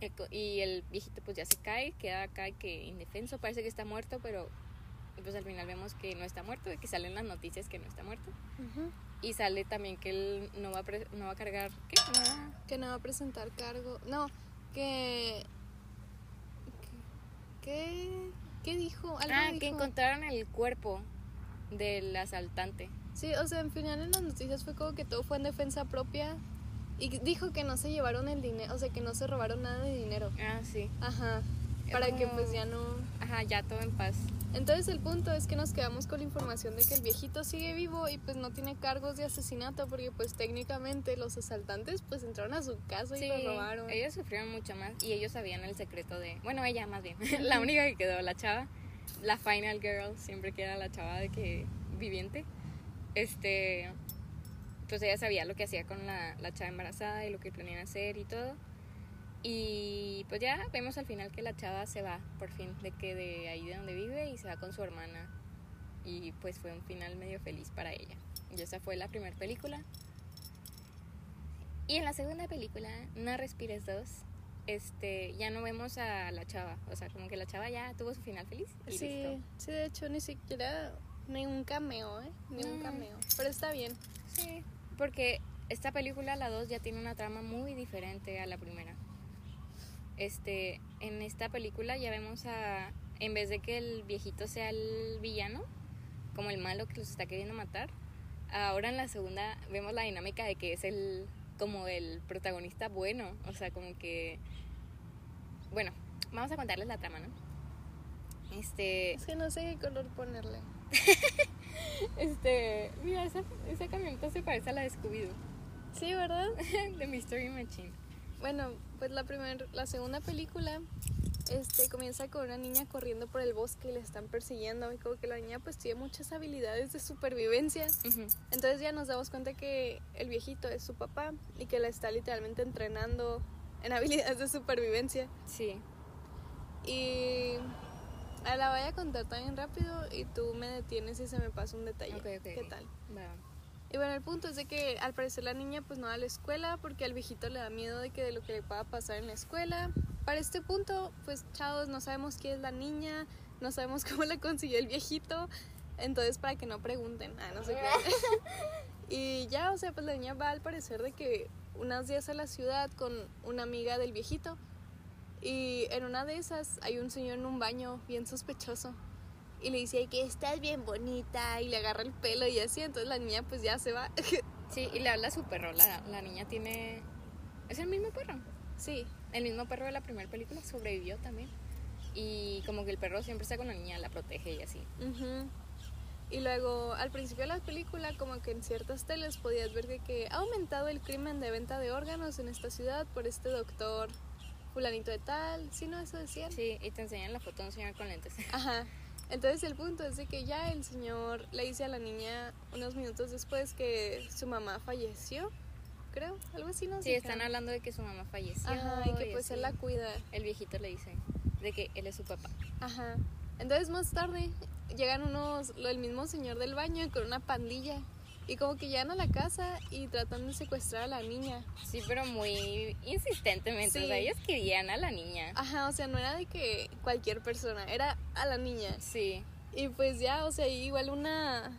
Speaker 1: el co- y el viejito pues ya se cae, queda acá que indefenso, parece que está muerto, pero pues al final vemos que no está muerto y que salen las noticias que no está muerto.
Speaker 2: Ujú.
Speaker 1: Y sale también que él no va a, pre- no va a cargar. ¿Qué? No va-
Speaker 2: Que no va a presentar cargo. No, que. que- ¿Qué? ¿Qué dijo? Algo
Speaker 1: Ah, que
Speaker 2: dijo.
Speaker 1: encontraron el cuerpo. del asaltante.
Speaker 2: Sí, o sea, en final en las noticias fue como que todo fue en defensa propia y dijo que no se llevaron el dinero, o sea, que no se robaron nada de dinero.
Speaker 1: Ah, sí.
Speaker 2: Ajá.
Speaker 1: Es
Speaker 2: Para que
Speaker 1: como-
Speaker 2: pues ya no...
Speaker 1: Ajá, ya todo en paz.
Speaker 2: Entonces el punto es que nos quedamos con la información de que el viejito sigue vivo y pues no tiene cargos de asesinato porque pues técnicamente los asaltantes pues entraron a su casa y lo robaron.
Speaker 1: ellos sufrieron mucho más y ellos sabían el secreto de... Bueno, ella más bien. la única que quedó, la chava, la final girl, siempre que era la chava de que viviente. Este... Pues ella sabía lo que hacía con la, la chava embarazada y lo que planeaba hacer y todo. Y pues ya vemos al final que la chava se va, por fin, de que de ahí de donde vive y se va con su hermana. Y pues fue un final medio feliz para ella. Y esa fue la primera película. Y en la segunda película, No Respires 2, este, ya no vemos a la chava. O sea, como que la chava ya tuvo su final feliz y
Speaker 2: Sí,
Speaker 1: listo.
Speaker 2: sí, de hecho ni siquiera ni un cameo, ¿eh? Ni un
Speaker 1: No.
Speaker 2: cameo. Pero está bien.
Speaker 1: Sí, porque esta película, la 2, ya tiene una trama muy diferente a la primera. Este, en esta película ya vemos a, en vez de que el viejito sea el villano, como el malo que los está queriendo matar, ahora en la segunda vemos la dinámica de que es el, como el protagonista bueno, o sea, como que, bueno, vamos a contarles la trama, ¿no? Este,
Speaker 2: Es que no sé qué color ponerle.
Speaker 1: este, mira, esa, esa camioneta se parece a la de Scooby-Doo.
Speaker 2: Sí, ¿verdad?
Speaker 1: The Mystery Machine.
Speaker 2: Bueno, pues la primer, la segunda película este, comienza con una niña corriendo por el bosque y la están persiguiendo. Y como que la niña pues tiene muchas habilidades de supervivencia. Entonces ya nos damos cuenta que el viejito es su papá y que la está literalmente entrenando en habilidades de supervivencia.
Speaker 1: Sí.
Speaker 2: Y a la voy a contar también rápido y tú me detienes si se me pasa un detalle.
Speaker 1: Ok, ok,
Speaker 2: ¿Qué
Speaker 1: ok.
Speaker 2: tal?
Speaker 1: Va.
Speaker 2: Y bueno, el punto es de que al parecer la niña pues no va a la escuela porque al viejito le da miedo de que de lo que le pueda pasar en la escuela. Para este punto, pues chavos, no sabemos quién es la niña, no sabemos cómo la consiguió el viejito, entonces para que no pregunten, ah, no sé qué. y ya, o sea, pues la niña va al parecer de que unos días a la ciudad con una amiga del viejito y en una de esas hay un señor en un baño bien sospechoso y le dice "Ay, que estás bien bonita y le agarra el pelo y así, entonces la niña pues ya se va.
Speaker 1: Sí, y le habla a su perro. La, la niña tiene. Es el mismo perro.
Speaker 2: sí,
Speaker 1: El mismo perro de la primera película sobrevivió también. Y como que el perro siempre está con la niña, la protege y así.
Speaker 2: ujú. Y luego al principio de la película como que en ciertas teles podías ver de que ha aumentado el crimen de venta de órganos en esta ciudad por este doctor fulanito de tal, si no eso decían.
Speaker 1: Sí, y te enseñan la foto de un señor con lentes.
Speaker 2: Ajá. Entonces el punto es de que ya el señor le dice a la niña unos minutos después que su mamá falleció, creo, algo así no
Speaker 1: Sí, están
Speaker 2: hablando
Speaker 1: hablando de que su mamá falleció.
Speaker 2: Ajá, y que pues él la
Speaker 1: así.
Speaker 2: cuida.
Speaker 1: El viejito le dice de que él es su papá.
Speaker 2: Ajá. Entonces más tarde llegan unos, lo, el mismo señor del baño con una pandilla y como que llegan a la casa y tratan de secuestrar a la niña.
Speaker 1: Sí, pero muy insistentemente.
Speaker 2: Sí. Ah.
Speaker 1: O sea, ellos querían a la niña.
Speaker 2: Ajá, o sea, no era de que cualquier persona, era a la niña.
Speaker 1: Sí.
Speaker 2: Y pues ya, o sea, igual una...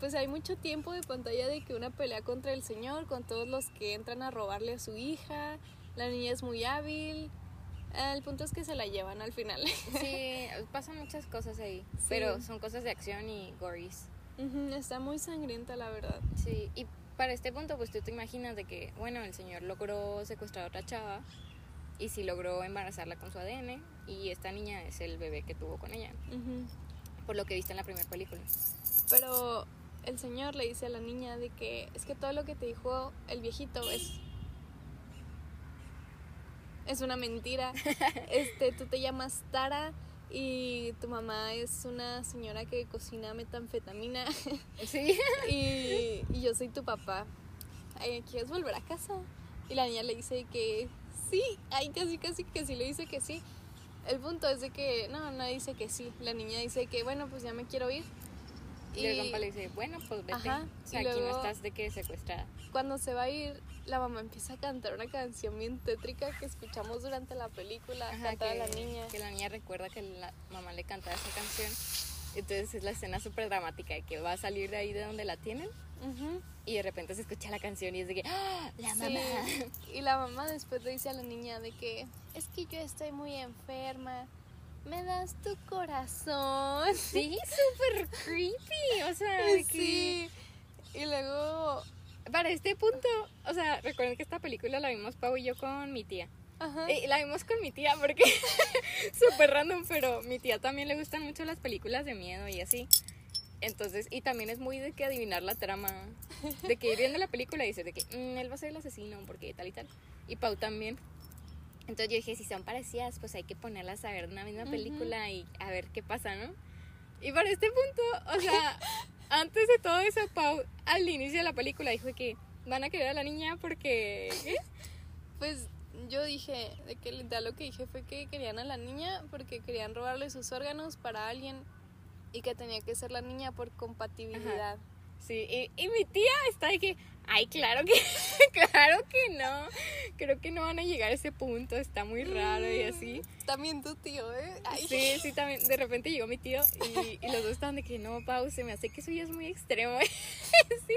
Speaker 2: Pues hay mucho tiempo de pantalla de que una pelea contra el señor, con todos los que entran a robarle a su hija, la niña es muy hábil. Ah, El punto es que se la llevan al final.
Speaker 1: Sí, pasan muchas cosas ahí.
Speaker 2: Sí.
Speaker 1: Pero son cosas de acción y gories.
Speaker 2: Ujú, Está muy sangrienta, la verdad.
Speaker 1: Sí, y para este punto, pues tú te imaginas de que, bueno, el señor logró secuestrar a otra chava y sí logró embarazarla con su ADN y esta niña es el bebé que tuvo con ella,
Speaker 2: Ujú.
Speaker 1: por lo que viste en la primera película.
Speaker 2: Pero el señor le dice a la niña de que es que todo lo que te dijo el viejito es es una mentira. Este, tú te llamas Tara y tu mamá es una señora que cocina metanfetamina
Speaker 1: Sí,
Speaker 2: y, y yo soy tu papá. Ay, ¿Quieres volver a casa? Y la niña le dice que sí. Ay, casi, casi que sí le dice que sí. El punto es de que no, no dice que sí. La niña dice que bueno, pues ya me quiero ir.
Speaker 1: y el compa le dice, bueno, pues vete.
Speaker 2: Ajá,
Speaker 1: o sea,
Speaker 2: y
Speaker 1: aquí no
Speaker 2: luego-
Speaker 1: estás de que secuestrada.
Speaker 2: Cuando se va a ir, la mamá empieza a cantar una canción bien tétrica que escuchamos durante la película,
Speaker 1: Ajá,
Speaker 2: cantada la niña.
Speaker 1: que la niña recuerda que la mamá le cantaba esa canción. Entonces es la escena súper dramática de que va a salir de ahí de donde la tienen
Speaker 2: Ujú.
Speaker 1: y de repente se escucha la canción y es de que, ¡Ah, la
Speaker 2: Sí.
Speaker 1: mamá.
Speaker 2: Y la mamá después le dice a la niña de que es que yo estoy muy enferma, me das tu corazón.
Speaker 1: Sí, súper creepy. O sea, de que-
Speaker 2: Sí. Y luego,
Speaker 1: para este punto, o sea, recuerden que esta película la vimos Pau y yo con mi tía.
Speaker 2: ajá.
Speaker 1: Eh, la vimos con mi tía porque súper random, pero mi tía también le gustan mucho las películas de miedo y así. Entonces, y también es muy de que adivinar la trama, de que ir viendo la película y decir de que "Mm, él va a ser el asesino porque tal y tal. Y Pau también. Entonces yo dije, si son parecidas, pues hay que ponerlas a ver una misma
Speaker 2: Ujú.
Speaker 1: película y a ver qué pasa, ¿no? Y para este punto, o sea, antes de todo eso, Pau al inicio de la película dijo que van a querer a la niña porque... ¿qué?
Speaker 2: Pues yo dije, de que literal lo que dije fue que querían a la niña porque querían robarle sus órganos para alguien y que tenía que ser la niña por compatibilidad.
Speaker 1: Sí, y, y mi tía está de que, ay, claro que, claro que no, creo que no van a llegar a ese punto, está muy raro y así.
Speaker 2: Mm, También tu tío, ¿eh? Ay.
Speaker 1: Sí, sí, también, de repente llegó mi tío y, y los dos estaban de que, no, Pau, se me hace que eso ya es muy extremo. sí,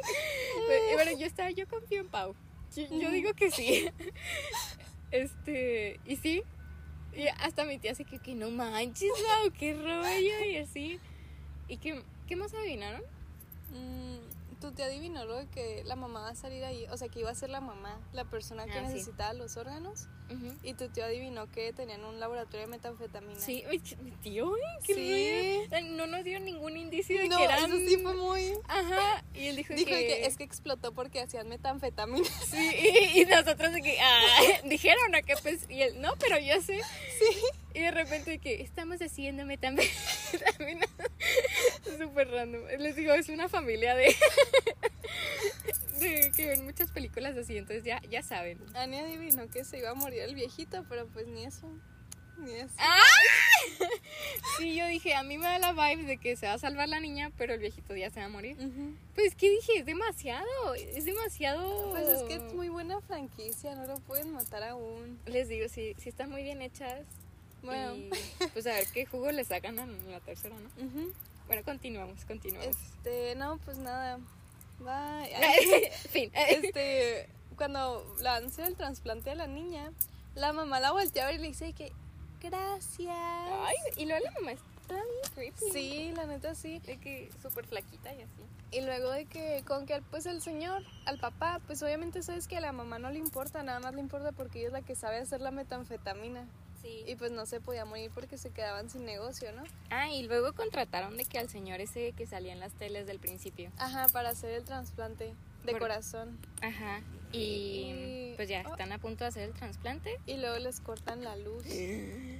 Speaker 1: pero, bueno, yo estaba, yo confío en Pau, yo, yo digo que sí. Este, y sí, y hasta mi tía se que, que no manches, Pau, qué rollo y así. ¿Y qué, qué más adivinaron?
Speaker 2: Mm, tu tía adivinó lo de que la mamá va a salir ahí, o sea, que iba a ser la mamá, la persona que
Speaker 1: Ah, sí.
Speaker 2: necesitaba los órganos.
Speaker 1: Ujú.
Speaker 2: Y tu tío adivinó que tenían un laboratorio de metanfetamina.
Speaker 1: Sí, ay, ch- mi tío, ay, qué
Speaker 2: Sí.
Speaker 1: rollo. Ay, No nos dio ningún indicio de
Speaker 2: no,
Speaker 1: que eran.
Speaker 2: eso sí fue muy...
Speaker 1: Ajá, y él dijo,
Speaker 2: Dijo
Speaker 1: que,
Speaker 2: de que es que explotó porque hacían metanfetamina.
Speaker 1: Sí, y, y nosotros de que. ah, dijeron a que pues. Y él, no, pero yo sé. Y de repente de que estamos haciéndome también. también Súper random. Les digo, es una familia de. de que ven muchas películas así, entonces ya, ya saben.
Speaker 2: Ani adivinó que se iba a morir el viejito, pero pues ni eso. Ni eso.
Speaker 1: Ah. Sí, yo dije, a mí me da la vibe de que se va a salvar la niña, pero el viejito ya se va a morir.
Speaker 2: Ujú.
Speaker 1: Pues, ¿qué dije? Es demasiado, es demasiado...
Speaker 2: Pues es que es muy buena franquicia, no lo pueden matar aún.
Speaker 1: Les digo, sí, sí están muy bien hechas.
Speaker 2: Bueno.
Speaker 1: Y, pues a ver qué jugo le sacan a la tercera, ¿no?
Speaker 2: Ujú.
Speaker 1: Bueno, continuamos, continuamos.
Speaker 2: Este, no, pues nada. Bye.
Speaker 1: Eh, fin.
Speaker 2: este, cuando la van a hacer el trasplante a la niña, la mamá la voltea a ver y le dice que gracias.
Speaker 1: Ay, y luego la mamá está bien creepy.
Speaker 2: Sí, la neta sí.
Speaker 1: De que súper flaquita y así.
Speaker 2: Y luego de que con que pues el señor, al papá, pues obviamente sabes que a la mamá no le importa, nada más le importa porque ella es la que sabe hacer la metanfetamina.
Speaker 1: Sí.
Speaker 2: Y pues no se podía morir porque se quedaban sin negocio, ¿no?
Speaker 1: ah, y luego contrataron de que al señor ese que salía en las teles del principio.
Speaker 2: Ajá, para hacer el trasplante de
Speaker 1: Por-
Speaker 2: corazón.
Speaker 1: Ajá. Y,
Speaker 2: Y-
Speaker 1: pues ya,
Speaker 2: oh.
Speaker 1: están a punto de hacer el trasplante.
Speaker 2: Y luego les cortan la luz. Y,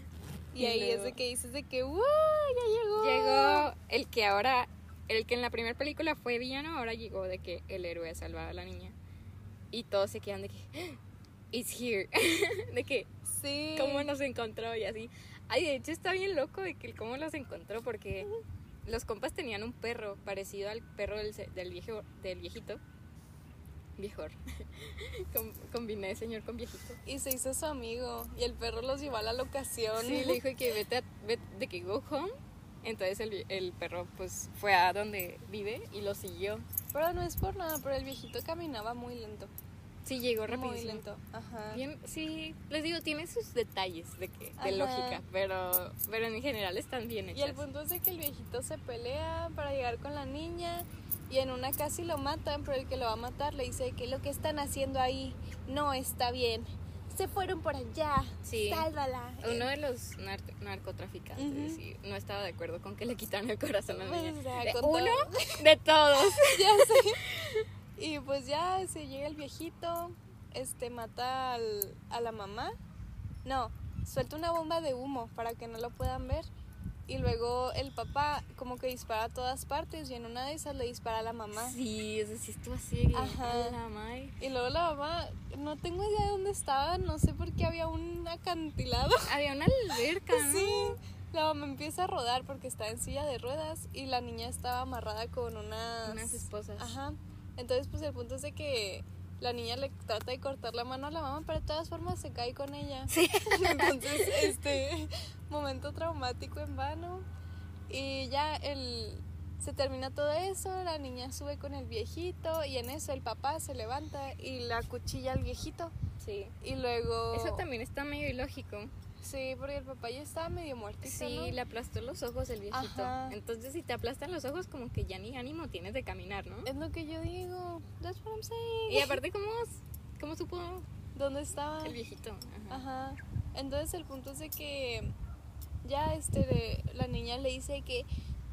Speaker 1: Y
Speaker 2: ahí
Speaker 1: luego-
Speaker 2: es de que dices de que, ¡wow! Ya llegó.
Speaker 1: Llegó el que ahora, el que en la primera película fue villano, ahora llegó de que el héroe ha salvado a la niña. Y todos se quedan de que, "Ah, it's here. de que,
Speaker 2: Sí.
Speaker 1: ¿cómo nos encontró? Y así. Ay, de hecho está bien loco de que el cómo los encontró, porque los compas tenían un perro parecido al perro del, se- del, viejo, del viejito. Viejor. Com- combiné señor con viejito.
Speaker 2: Y se hizo su amigo. Y el perro los llevó a la locación.
Speaker 1: Sí, le dijo que vete, a- ve- de que go home. Entonces el, el perro pues fue a donde vive y lo siguió.
Speaker 2: Pero no es por nada, pero el viejito caminaba muy lento.
Speaker 1: Sí, llegó
Speaker 2: Muy
Speaker 1: rapidísimo.
Speaker 2: lento. Ajá.
Speaker 1: Bien, sí, les digo, tiene sus detalles de, que,
Speaker 2: Ajá.
Speaker 1: de lógica, pero, pero en general están bien
Speaker 2: Y
Speaker 1: hechas.
Speaker 2: el punto es de que el viejito se pelea para llegar con la niña y en una casi lo matan, pero el que lo va a matar le dice que lo que están haciendo ahí no está bien. Se fueron por allá.
Speaker 1: Sí.
Speaker 2: Sálvala. Eh,
Speaker 1: Uno de los nar- narcotraficantes
Speaker 2: Ujú.
Speaker 1: sí, no estaba de acuerdo con que le quitaron el corazón a la
Speaker 2: Pues,
Speaker 1: niña.
Speaker 2: o sea,
Speaker 1: De
Speaker 2: con
Speaker 1: uno,
Speaker 2: todo.
Speaker 1: de todos.
Speaker 2: Ya sé. Y pues ya se llega el viejito, este mata al- a la mamá. No, suelta una bomba de humo para que no lo puedan ver. Y luego el papá como que dispara a todas partes y en una de esas le dispara a la mamá.
Speaker 1: Sí, eso sí estuvo así. de,
Speaker 2: Ajá.
Speaker 1: "A la madre".
Speaker 2: Y luego la mamá, no tengo idea de dónde estaba, no sé por qué había un acantilado.
Speaker 1: Había una alberca, ¿no?
Speaker 2: Pues Sí. La mamá empieza a rodar porque está en silla de ruedas y la niña estaba amarrada con unas...
Speaker 1: Unas esposas.
Speaker 2: Ajá. Entonces, pues el punto es de que la niña le trata de cortar la mano a la mamá, pero de todas formas se cae con ella. Sí. Entonces, este momento traumático en vano. Y ya el, se termina todo eso, la niña sube con el viejito y en eso el papá se levanta y la cuchilla al viejito.
Speaker 1: Sí.
Speaker 2: Y luego...
Speaker 1: Eso también está medio ilógico.
Speaker 2: Sí, porque el papá ya estaba medio muerto.
Speaker 1: Sí, le aplastó los ojos el viejito.
Speaker 2: Ajá.
Speaker 1: Entonces, si te aplastan los ojos, como que ya ni ánimo tienes de caminar, ¿no?
Speaker 2: Es lo que yo digo. That's what I'm saying.
Speaker 1: Y aparte, ¿cómo, cómo supo
Speaker 2: ¿Dónde estaba?
Speaker 1: el viejito? Ajá.
Speaker 2: Ah. Ajá. Entonces el punto es de que ya este de- la niña le dice que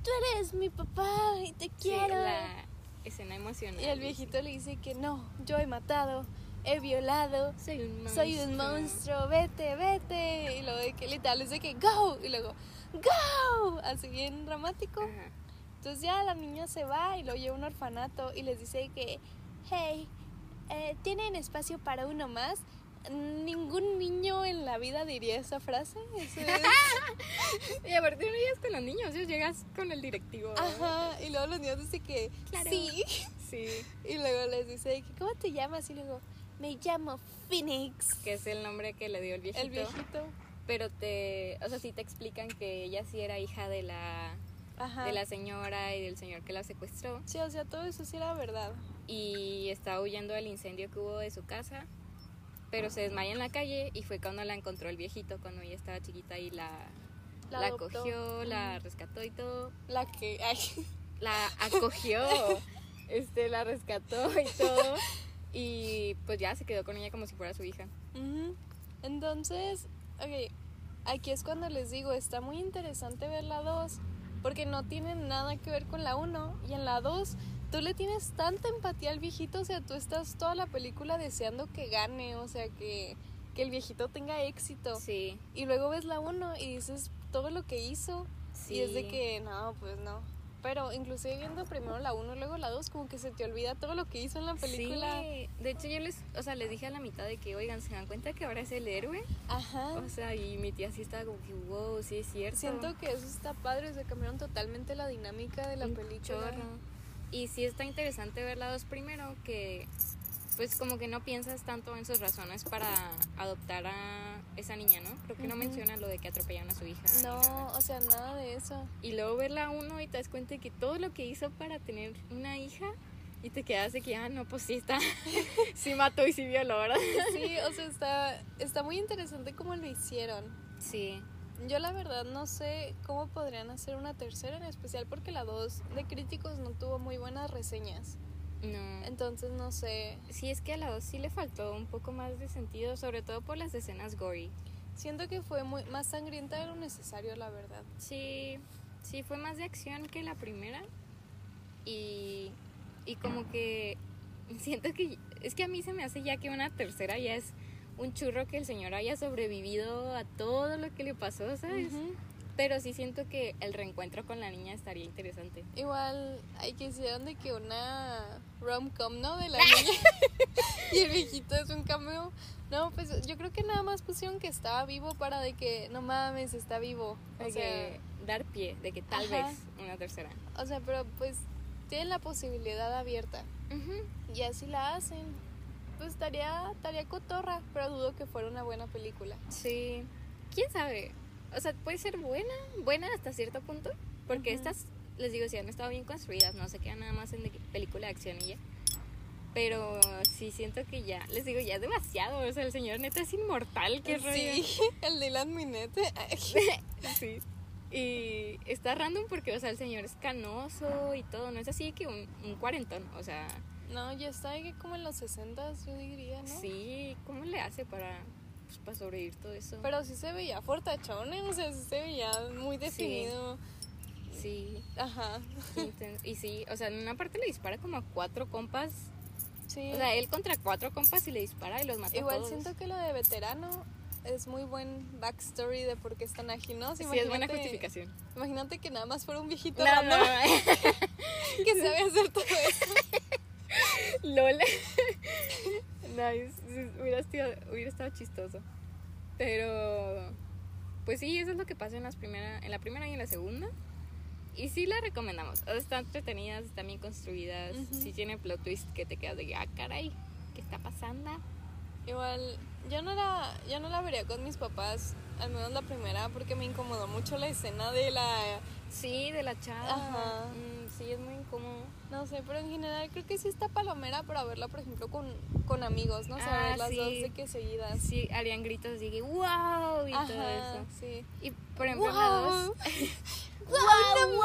Speaker 2: tú eres mi papá y te
Speaker 1: Sí,
Speaker 2: quiero.
Speaker 1: la escena emocional.
Speaker 2: Y el viejito le dice que no, yo he matado, he violado,
Speaker 1: Soy un monstruo.
Speaker 2: soy un monstruo, vete, vete. Y luego de que literal es de que go y luego go, así bien dramático.
Speaker 1: Ajá.
Speaker 2: Entonces ya la niña se va y lo lleva a un orfanato y les dice que, hey, eh, ¿tienen espacio para uno más? Ningún niño en la vida diría esa frase. Eso es-
Speaker 1: Y aparte, no llegas con los niños, ya llegas con el directivo.
Speaker 2: Ajá. Y luego los niños dicen que,
Speaker 1: Claro.
Speaker 2: sí.
Speaker 1: Sí,
Speaker 2: Y luego les dice, que, ¿cómo te llamas? Y luego, me llamo Phoenix.
Speaker 1: que es el nombre que le dio el viejito.
Speaker 2: El viejito.
Speaker 1: Pero te, o sea, sí te explican que ella sí era hija de la,
Speaker 2: Ajá.
Speaker 1: de la señora y del señor que la secuestró.
Speaker 2: Sí, o sea, todo eso sí era verdad.
Speaker 1: y estaba huyendo del incendio que hubo de su casa, pero se desmaya en la calle y fue cuando la encontró el viejito, cuando ella estaba chiquita y la, la,
Speaker 2: adoptó.
Speaker 1: cogió, la rescató y todo.
Speaker 2: La que... ay,
Speaker 1: La acogió, este, la rescató y todo. Y pues ya se quedó con ella como si fuera su hija.
Speaker 2: Ujú. Entonces, ok, aquí es cuando les digo, está muy interesante ver la 2, porque no tiene nada que ver con la 1, y en la 2 tú le tienes tanta empatía al viejito, o sea, tú estás toda la película deseando que gane, o sea, que, que el viejito tenga éxito,
Speaker 1: Sí,
Speaker 2: y luego ves la 1 y dices todo lo que hizo,
Speaker 1: sí.
Speaker 2: y es de que, no, pues no. Pero inclusive viendo primero la 1, luego la 2, como que se te olvida todo lo que hizo en la película.
Speaker 1: Sí. De hecho, yo les, o sea, les dije a la mitad de que, oigan, ¿se dan cuenta que ahora es el héroe?
Speaker 2: Ajá.
Speaker 1: O sea, y mi tía sí estaba como que, wow, sí es cierto.
Speaker 2: Siento que eso está padre, se cambiaron totalmente la dinámica de la
Speaker 1: un
Speaker 2: película.
Speaker 1: chorro. Y sí está interesante ver la dos primero, que pues como que no piensas tanto en sus razones para adoptar a esa niña, ¿no? Creo que no
Speaker 2: Ujú.
Speaker 1: menciona lo de que atropellaron a su hija. ni
Speaker 2: No,
Speaker 1: nada.
Speaker 2: o sea, nada de eso.
Speaker 1: Y luego ver la uno y te das cuenta de que todo lo que hizo para tener una hija y te quedas de que, ah, no, pues sí está, sí mató y sí violó, ¿verdad?
Speaker 2: Sí, o sea, está, está muy interesante cómo lo hicieron.
Speaker 1: Sí,
Speaker 2: Yo la verdad no sé cómo podrían hacer una tercera, en especial porque la 2 de críticos no tuvo muy buenas reseñas.
Speaker 1: no.
Speaker 2: Entonces no sé.
Speaker 1: Sí, es que a la dos sí le faltó un poco más de sentido, sobre todo por las escenas gory.
Speaker 2: Siento que fue muy, más sangrienta de lo necesario, la verdad.
Speaker 1: Sí, sí, fue más de acción que la primera. Y, y como que siento que es que a mí se me hace ya que una tercera ya es un churro que el señor haya sobrevivido a todo lo que le pasó, ¿sabes?
Speaker 2: Ujú.
Speaker 1: Pero sí siento que el reencuentro con la niña estaría interesante.
Speaker 2: Igual, hay que hicieron de que una rom-com, ¿no? De la niña. y el viejito es un cameo. No, pues yo creo que nada más pusieron que estaba vivo para de que, no mames, está vivo. O,
Speaker 1: O sea,
Speaker 2: sea,
Speaker 1: dar pie de que tal
Speaker 2: Ajá.
Speaker 1: vez una tercera.
Speaker 2: o sea, pero pues tienen la posibilidad abierta.
Speaker 1: Ujú.
Speaker 2: Y así la hacen. Pues estaría, estaría cotorra, pero dudo que fuera una buena película.
Speaker 1: Sí. ¿Quién sabe? O sea, puede ser buena, buena hasta cierto punto, porque
Speaker 2: Ujú.
Speaker 1: estas, les digo, sí han estado bien construidas, no se queda nada más en de que- película de acción y ya. Pero sí siento que ya, les digo, ya es demasiado, o sea, el señor neta es inmortal, qué
Speaker 2: sí,
Speaker 1: rollo.
Speaker 2: el de Lan Minette.
Speaker 1: Sí. Y está random porque, o sea, el señor es canoso y todo, no es así que un, un cuarentón, o sea,
Speaker 2: no, ya está de que como en los 60 yo diría, ¿no?
Speaker 1: sí, ¿cómo le hace para, pues, para sobrevivir todo eso?
Speaker 2: Pero sí se veía fortachón, ¿eh? o sea, sí se veía muy definido.
Speaker 1: sí.
Speaker 2: Ajá.
Speaker 1: Qué intenso. Y sí, o sea, en una parte le dispara como a cuatro compas.
Speaker 2: Sí.
Speaker 1: O sea, él contra cuatro compas y le dispara y los mata a
Speaker 2: Igual
Speaker 1: todos.
Speaker 2: siento que lo de veterano es muy buen backstory de por qué están ajinos.
Speaker 1: Sí, es buena justificación.
Speaker 2: Imagínate que nada más fuera un viejito
Speaker 1: No,
Speaker 2: random
Speaker 1: no, no.
Speaker 2: que sabe hacer todo eso.
Speaker 1: Lola. nice. Sí, Hubiera, sido- hubiera estado chistoso. Pero. Pues sí, eso es lo que pasa en, las primera, en la primera y en la segunda. Y sí la recomendamos. O sea, están entretenidas, están bien construidas.
Speaker 2: Ujú.
Speaker 1: Sí tiene plot twist que te quedas de que, ah, caray, ¿qué está pasando?
Speaker 2: Igual, yo no, la, yo no la vería con mis papás, al menos la primera, porque me incomodó mucho la escena de la...
Speaker 1: Sí, de la chava.
Speaker 2: Ajá.
Speaker 1: Mm, sí, es muy incómodo.
Speaker 2: No sé, pero en general creo que sí está palomera para verla, por ejemplo, con, con amigos, ¿no? O sea,
Speaker 1: Ah,
Speaker 2: ver las
Speaker 1: sí.
Speaker 2: dos de que seguidas.
Speaker 1: Sí, harían gritos así que wow y todo
Speaker 2: Ajá,
Speaker 1: eso.
Speaker 2: sí.
Speaker 1: Y por ejemplo, la dos.
Speaker 2: ¡Guau, no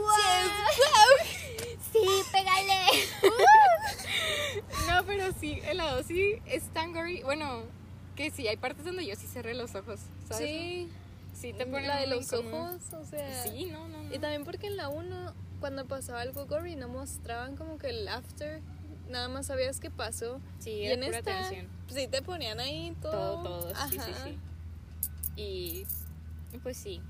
Speaker 2: manches!
Speaker 1: Sí, pégale. no, pero sí, en la dos sí es tan gory. Bueno, que sí, hay partes donde yo sí cerré los ojos, ¿sabes?
Speaker 2: Sí,
Speaker 1: Sí, te ponen
Speaker 2: la de
Speaker 1: muy
Speaker 2: los
Speaker 1: incómodo.
Speaker 2: ojos, o sea.
Speaker 1: Sí, no, no, no.
Speaker 2: Y también porque en la 1, cuando pasaba algo gory, no mostraban como que el after, nada más sabías qué pasó.
Speaker 1: Sí,
Speaker 2: Y
Speaker 1: era
Speaker 2: en
Speaker 1: pura
Speaker 2: esta,
Speaker 1: tensión.
Speaker 2: sí te ponían ahí
Speaker 1: Todo,
Speaker 2: todo.
Speaker 1: todo, sí, sí,
Speaker 2: Ajá.
Speaker 1: sí. Y y pues sí,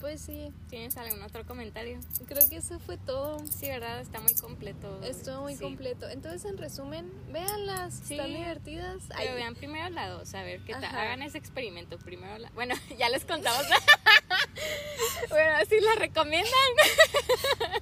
Speaker 2: Pues sí,
Speaker 1: ¿tienes algún otro comentario?
Speaker 2: creo que eso fue todo.
Speaker 1: Sí, ¿verdad? Está muy completo.
Speaker 2: Estuvo muy
Speaker 1: sí.
Speaker 2: completo. Entonces, en resumen, véanlas,
Speaker 1: Sí.
Speaker 2: están divertidas. Ay,
Speaker 1: Pero vean primero la dos, a ver qué tal.
Speaker 2: Ajá.
Speaker 1: Hagan ese experimento primero. La... Bueno, ya les contamos. bueno, si la recomiendan.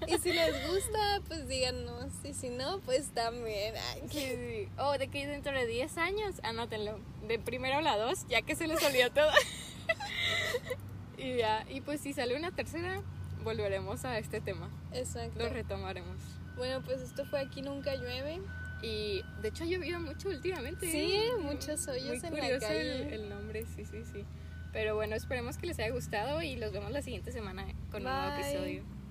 Speaker 2: Y si les gusta, pues díganos. Y si no, pues también. Ay,
Speaker 1: Sí, sí. Oh, de que dentro de 10 años, anótenlo. De primero la dos, ya que se les olvidó todo. y ya, y pues si sale una tercera, volveremos a este tema.
Speaker 2: Exacto.
Speaker 1: Lo retomaremos.
Speaker 2: Bueno, pues esto fue Aquí Nunca Llueve.
Speaker 1: Y de hecho ha llovido mucho últimamente.
Speaker 2: Sí,
Speaker 1: ¿eh?
Speaker 2: muchos hoyos
Speaker 1: Muy
Speaker 2: en la
Speaker 1: curioso el-
Speaker 2: calle.
Speaker 1: El, nombre, sí, sí, sí. Pero bueno, esperemos que les haya gustado y los vemos la siguiente semana con un nuevo
Speaker 2: Bye.
Speaker 1: episodio.